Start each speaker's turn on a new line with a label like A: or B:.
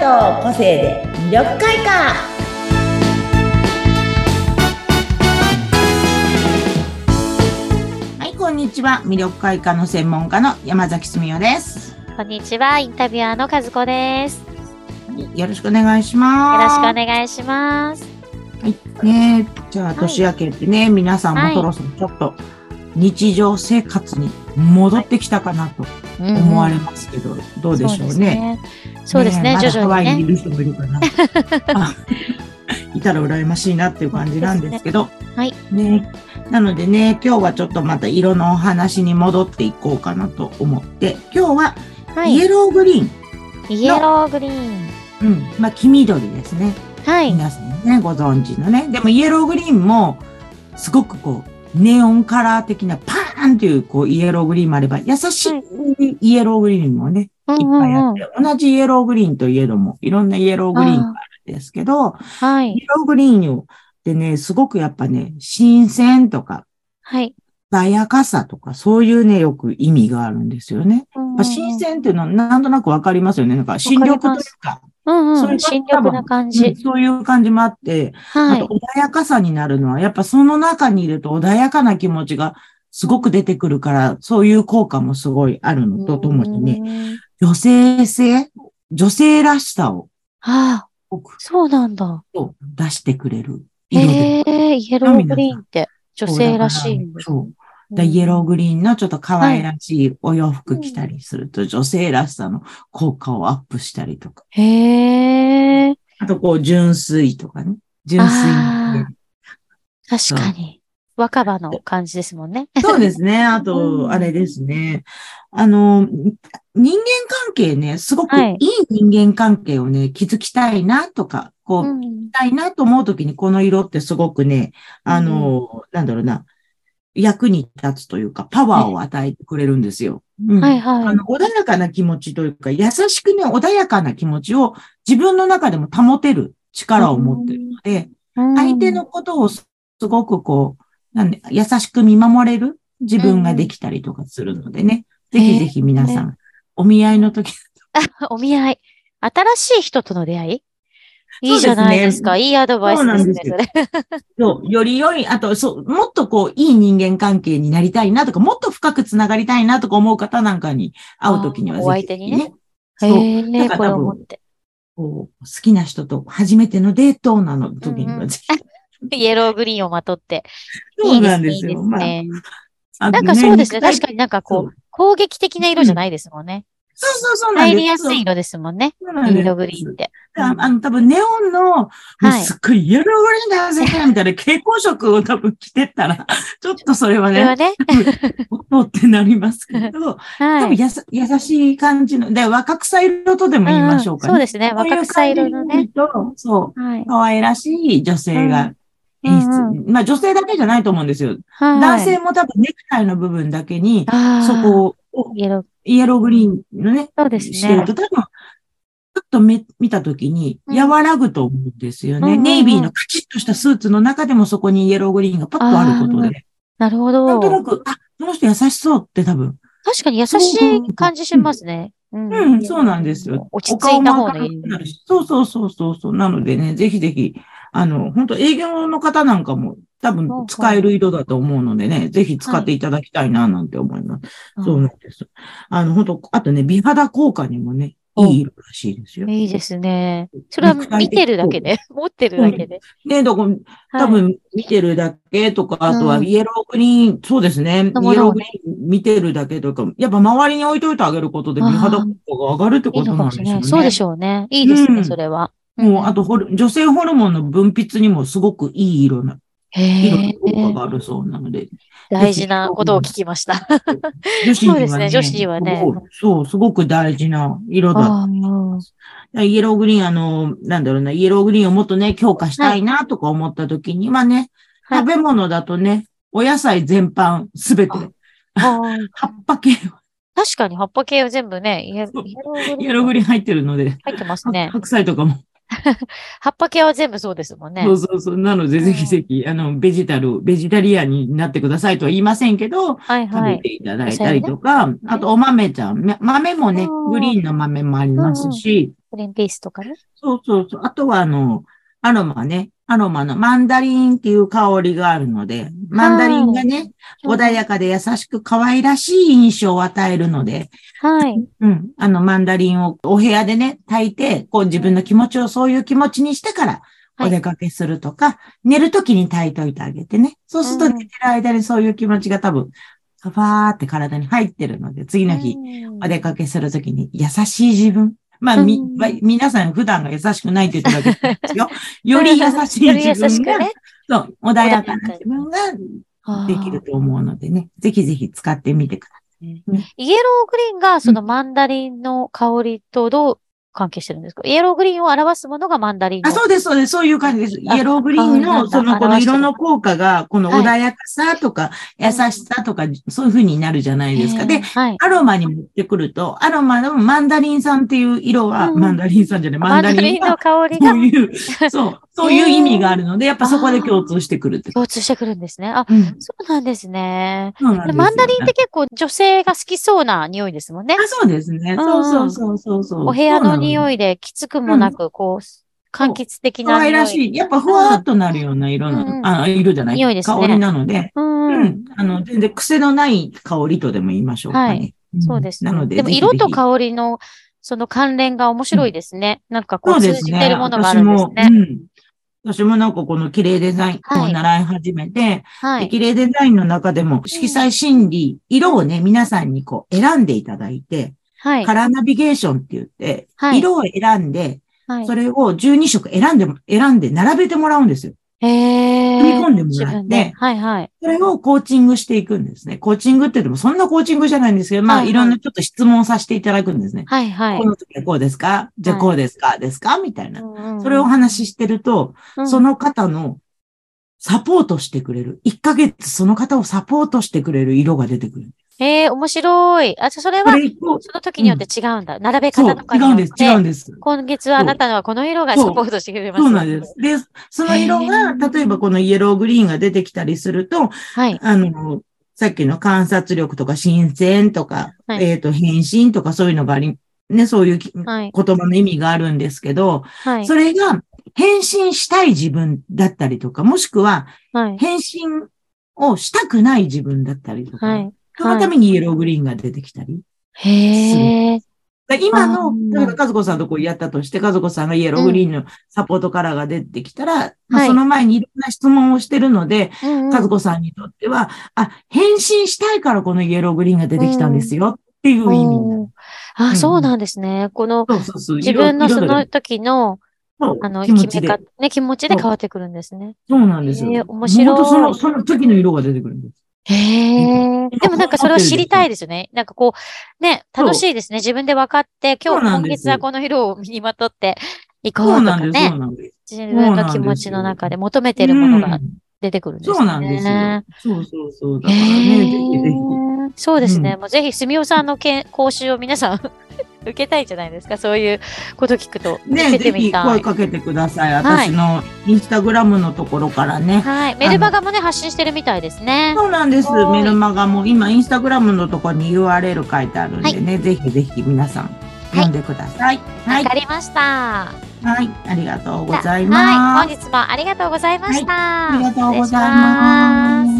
A: の個性で魅力開花はいこんにちは魅力開花の専門家の山崎澄代です
B: こんにちは、インタビュアーの和子です。よ
A: よろしくお願いします
B: ろしくお願いします。
A: ねじゃあ
B: い
A: 年明けてね、皆さんもそろそろちょっと日常生活に戻ってきたかなと思われますけど、どうでしょうね。
B: そうですね、
A: まだ
B: 徐々
A: ハワイにい
B: にね。
A: る人もいるか な。あいたら羨ましいなっていう感じなんですけど。
B: はい
A: ね、なのでね、今日はちょっとまた色のお話に戻っていこうかなと思って、今日は
B: は
A: イエ
B: い、
A: ローグリーン、
B: イエローグリーン。
A: うん、まあ黄緑ですね。
B: はい、
A: 皆さんね、ご存知のね。でもイエローグリーンも、すごくこう、ネオンカラー的なパーンっていうこうイエローグリーンもあれば、優しいイエローグリーンもね、
B: うん
A: いっ
B: う
A: ぱいあ
B: んう
A: っ
B: ん。
A: て、同じイエローグリーンといえども、いろんなイエローグリーンがあるんですけど、
B: は
A: イ
B: い、
A: エローグリーンを、でね、すごくやっぱね、新鮮とか、
B: はい。
A: 穏やかさとか、そういうね、よく意味があるんですよね。
B: うんうん
A: やっぱ新鮮っていうのはなんとなくわかりますよね。なんか新緑というか、
B: うん
A: そうれ
B: ん、
A: が
B: 新緑な感
A: うん
B: じ。
A: そういう感じもあって、
B: は
A: あ
B: い
A: と、穏やかさになるのは、やっぱその中にいると穏やかな気持ちがすごく出てくるから、そういう効果もすごいあるのとともにね、
B: ね。
A: 女性性、女性らしさを
B: ああ、
A: 僕
B: そうなんだ。
A: と出してくれる
B: へ
A: 色で。
B: え、イエローグリーンって女性らしいんだ。
A: そう。でイエローグリーンのちょっと可愛らしいお洋服着たりすると、女性らしさの効果をアップしたりとか。
B: ー。へえ、
A: あと、こう、純粋とかね。純粋な
B: あ確かに。若葉の感じですもんね。
A: そうです ね。あ
B: う
A: と、
B: ん
A: あれですね。あの、人間関係ね、すごく
B: はい
A: いい人間関係をね、築きたいなとか、こう、
B: うん
A: たいなと思うときに、この色ってすごくね、あの、なんだろうな、役に立つというか、パワーを与えてくれるんですよ。うん
B: はいはい
A: あの穏やかな気持ちというか、優しくね、穏やかな気持ちを自分の中でも保てる力を持ってるので、
B: うん
A: 相手のことをすすごくこう、なんで、優しく見守れる自分ができたりとかするのでね、
B: うん
A: ぜひぜひ皆さん、お見合いの時、
B: お見合い。新しい人との出会いいいじゃないですか。いいアドバイスですね、そ
A: そうな
B: れ。
A: そう、より良い、あと、そう、もっとこう、いい人間関係になりたいなとか、もっと深くつながりたいなとか思う方なんかに会うときには
B: あ
A: ぜ
B: ー
A: ひ、
B: お相手にね。
A: そう、
B: へ
A: だ
B: え、
A: から
B: これ
A: 多
B: を
A: 分
B: 持って。
A: こう好きな人と初めてのデートなの時にはぜひ。
B: イエローグリーンをまとって。
A: そうなんです
B: いい
A: よ。
B: です
A: まあ
B: ねいいですね
A: あ
B: な
A: の
B: んかそうですね。
A: 肉体
B: 確かになんかこ
A: そう
B: う、攻撃的な色じゃないですもんね。
A: そうそうそうなんです。
B: 入りやすい色ですもんね。
A: そうなんです。
B: イエローグリーンって。
A: ああの、多分ネオンの、もう
B: はい
A: すっごいイエローグリーンだぜ、みたいな蛍光色を多分着てったら、ちょっとそれは
B: これは
A: ね、
B: ね。
A: 音ってなりますけど、多
B: は
A: 分
B: い。
A: やさ優しい感じの、で、若草色とでも言いましょうか
B: んんそう
A: ね。
B: ですね。
A: こい
B: 若草色のね。
A: 感じと、そう、
B: はい。
A: 可愛らしい女性が演出。
B: うん
A: まあ女性だけじゃないと思うんですよ。
B: はい
A: 男性も多分ネクタイの部分だけに、
B: あ
A: そ
B: ー
A: こを
B: イエロー。
A: イエローグリーンのね、
B: そうです
A: してる
B: ね
A: と、。多分、ちょっとめ見たときに、
B: うん
A: 和らぐと思うんですよ
B: うんうん
A: ね。
B: うん
A: ネイビーのカチッとしたスーツの中でもそこにイエローグリーンがパッとあることで、
B: なるほ
A: な
B: ど
A: ん。となく、あ、この人優しそうって多分。
B: 確かに優しい感じしますね。うん
A: うん、そうなんですよ。
B: 落ち着いた方の
A: お顔も明
B: いい
A: るくなるしそうそうそうそうそう。なのでね、ぜひぜひ、あの、本当営業の方なんかも多分使える色だと思うのでね、ぜひ使っていただきたいななんて思います。そうなんです。あの、本当あとね、美肌効果にもね、いい色らしいですよ。
B: いいですね。それは
A: 肉体
B: 見
A: 的
B: てるだけで、持ってるだけで。
A: ね、どこ、
B: はい
A: 多分見てるだけとか、あとは
B: うん
A: イエローグリーン、そうですね。イエ
B: のもの
A: ロー
B: を
A: グ
B: ね
A: リーン見てるだけとか、やっぱ周りに置いといてあげることで美肌効果が上がるって
B: い
A: こ
B: い
A: となんで
B: のかもし
A: しょう
B: れな
A: ね。
B: い。そうでしょうね。いいです
A: う
B: ね、
A: ん
B: それは。
A: もう、あ
B: と、
A: とホル、女性ホルモンの分泌にもすごくいい色な、色
B: へ
A: の
B: え、
A: 効果があるそうなので、
B: 大事なことを聞きました。
A: 女子にはね、
B: そうですね女子はね
A: すごいそう、すごく大事な色だ
B: あー
A: イエローグリーン、あの、なんだろうな、イエローグリーンをもっとね、強化したいなとか思った時に、まあね、
B: はい
A: 食べ物だとね、お野菜全般、すべて、
B: ああー
A: 葉っぱ系、
B: 確かに葉っぱ系は全部ね、イエ
A: そう
B: イエローグ
A: イ
B: リ
A: エロー
B: ー
A: グ
B: ン
A: リーン入ってるので、
B: 入ってます
A: は
B: ね。
A: 白菜とかも。
B: 葉っぱ系は全部そうですもんね
A: そ。うそうそう。なので、
B: うん
A: ぜひぜひ、あの、ベジタル、ベジタリアンになってくださいとは言いませんけど、
B: はい
A: 食
B: は
A: べ
B: い。
A: ていただいたりとか、あとお豆ちゃん、ま豆もね
B: う、ん
A: グリーンの豆もありますし、
B: グリーンピースとかね。
A: そうそうそう。あとは、あの、アロマね。アロマのマンダリンっていう香りがあるので、マンダリンがね、穏やかで優しく可愛らしい印象を与えるので、
B: はい。
A: うん。あの、マンダリンをお部屋でね、炊いて、こう自分の気持ちをそういう気持ちにしてから、
B: はい
A: お出かけするとか、寝るときに炊いといてあげてね。そうすると
B: うん
A: 寝てる間にそういう気持ちが多分、ファーって体に入ってるので、次の日、
B: うん
A: お出かけするときに優しい自分。まあ、み、
B: うん
A: まあ皆さん普段が優しくないって言ってるわけじゃないですよ。 より優しい
B: より優
A: 自
B: し
A: 分
B: く
A: が、
B: ね。
A: そう、穏やかな自分ができると思うのでね。ぜひぜひ使ってみてくださ
B: イエローグリーンがそのマンダリンの香りとどう関係してるんですかイエローグリーンを表すものがマンダリン
A: い。
B: の。
A: あ、そうです、そうです。そういう感じです。イ
B: あ
A: エローグリーンの、
B: そ
A: そ
B: うな
A: の、
B: んだ
A: この
B: 表してる
A: 色の効果が、この
B: はい
A: 穏やかさとか、
B: ん
A: 優しさとか、そういう風になるじゃないです
B: え
A: か。
B: ー
A: で、
B: はい。
A: アロマに持ってくると、アロマのマンダリンさんっていう色は、
B: うん
A: マンダリンさんじゃない、マ
B: マ
A: ン
B: ンダ
A: ダ
B: リ
A: リ
B: ン
A: ンが
B: の香り
A: そ
B: が
A: ういう、 そう、そういう意味があるので、やっぱそこで共通してくるってこ
B: 共通してくるんですね。あ、
A: と。うん。
B: そうなんですね。
A: そうなんですよ
B: マンダリンって結構女性が好きそうな匂いですもんね。
A: あ、そうですね。そうそうそうそうそう。
B: お部屋の
A: い。
B: 匂いできつくもなく、こう、柑橘的
A: 可
B: な
A: 愛
B: 匂
A: ら
B: い。
A: しい。やっぱふわーっとなるような色な
B: うんうん
A: の。あ、色じゃない。
B: 匂いですね
A: 香りなので。
B: うん。
A: うん。あの、全然癖のない香りとでも言いましょうかね。
B: は
A: ん
B: そうですね。
A: なので、
B: でも
A: ぜひぜ
B: 色
A: ひ
B: と香りのその関連が面白いですね。なんかこ
A: そうう
B: 通
A: です
B: じ
A: ね。
B: てるものがあるんですね。
A: 私も、うん。私もなんかこの綺麗デザインを習い始めて、
B: は
A: で
B: い。
A: 綺麗デザインの中でも、色彩心理、色をね、皆さんにこう選んでいただいて、
B: はい
A: カ。ラーナビゲーションって言って、
B: はい
A: 色を選んで、
B: はい
A: それを12色選んでも、選んで並べてもらうんですよ。
B: へえ。
A: 組み込んでもらって
B: 自分ではいはい。
A: それをコーチングしていくんですね。コーチングって言っても、そんなコーチングじゃないんですけど、ま
B: は
A: あ、
B: いはい
A: いろんなちょっと質問をさせていただくんですね。
B: はいはい
A: こ。の時はこうですかじゃあこうですか、ですかみたいな。それをお話ししてると、そ
B: の、
A: の方のサポートしてくれる。1ヶ月その方をサポートしてくれる色が出てくる。
B: ええ、面白い。あ、じゃあそれ
A: こ
B: は、
A: れ一個
B: その時によって違うんだ。並べ
A: そ
B: 方
A: う
B: とか、
A: 違
B: に
A: うん
B: よっ
A: です、
B: て。
A: 違うんです。
B: 今月はあなたのはこの色が
A: そう
B: サポートしてくれます。
A: そうなんで。す。で、その色
B: へ
A: が、
B: ー
A: 例えばこのイエローグリーンが出てきたりすると、
B: はい。
A: あの、さっきの観察力とか、新鮮とか、
B: はい
A: えっ、と、返信とかそういうのがあり、ね、そういうき言
B: はい。
A: 葉の意味があるんですけど、
B: はい。
A: それが、返信したい自分だったりとか、もしくは、
B: はい。
A: 返信をしたくない自分だったりとか、
B: はい。
A: そのためにイエローグリーンが出てきたり。
B: へえ。
A: だから今
B: あ
A: の、
B: ー
A: 例えば、和子さんとこうやったとして、和子さんがイエローグリーンのサポートカラーが出てきたら、ま
B: は
A: あ、
B: い
A: その前にいろんな質問をしてるので、
B: うんうん
A: 和子さんにとっては、あ、変身したいからこのイエローグリーンが出てきたんですよっていう意味になる。
B: あ、
A: うん
B: そうなんですね。この、
A: そうそうそう。
B: 自分の
A: 色
B: そ
A: 色
B: の
A: 々
B: 時の、
A: そう
B: あの、
A: 気持ち
B: 決め
A: で。
B: 方ね、気持ちで
A: そう
B: 変わってくるんですね。
A: そうなんですよ。
B: えー面白い
A: 本当その、その時の色が出てくるんです。
B: へえ。でもなんかそれを知りたいですよね。なんかこう、ね、
A: そう
B: 楽しいですね。自分で分かって、今
A: そう
B: 日、
A: な
B: 今
A: んです
B: 月はこの色を身にまとっていこう
A: そ
B: と
A: う
B: か
A: なんです、そ
B: ね
A: う。なんです。
B: 自分の気持ちの中で求めてるもの
A: う
B: が
A: ん
B: 出てくるんですね。
A: そうなんですよ。そうそうそう。だから
B: へ
A: ね、
B: え
A: ぜひぜひ。
B: そうですね。
A: う
B: もうぜひ、すみおさんのけん講習を皆さん 受けたいじゃないですか。そういうこと聞くと。受
A: ね、
B: けて
A: ぜ
B: み
A: ひ
B: たい。
A: 声かけてください。
B: はい
A: 私のインスタグラムのところからね。
B: はい。メルマガもね、発信してるみたいですね。
A: そうなんです
B: は。い
A: メルマガも今、インスタグラムのところに URL 書いてあるんでね、ぜひぜひ皆さん読んでください。
B: わ、
A: はい。
B: か
A: はい。
B: りました。
A: ありがとうござい
B: はい。
A: ます。
B: 本日もありがとうございました。
A: ありがとうございます
B: 失礼し。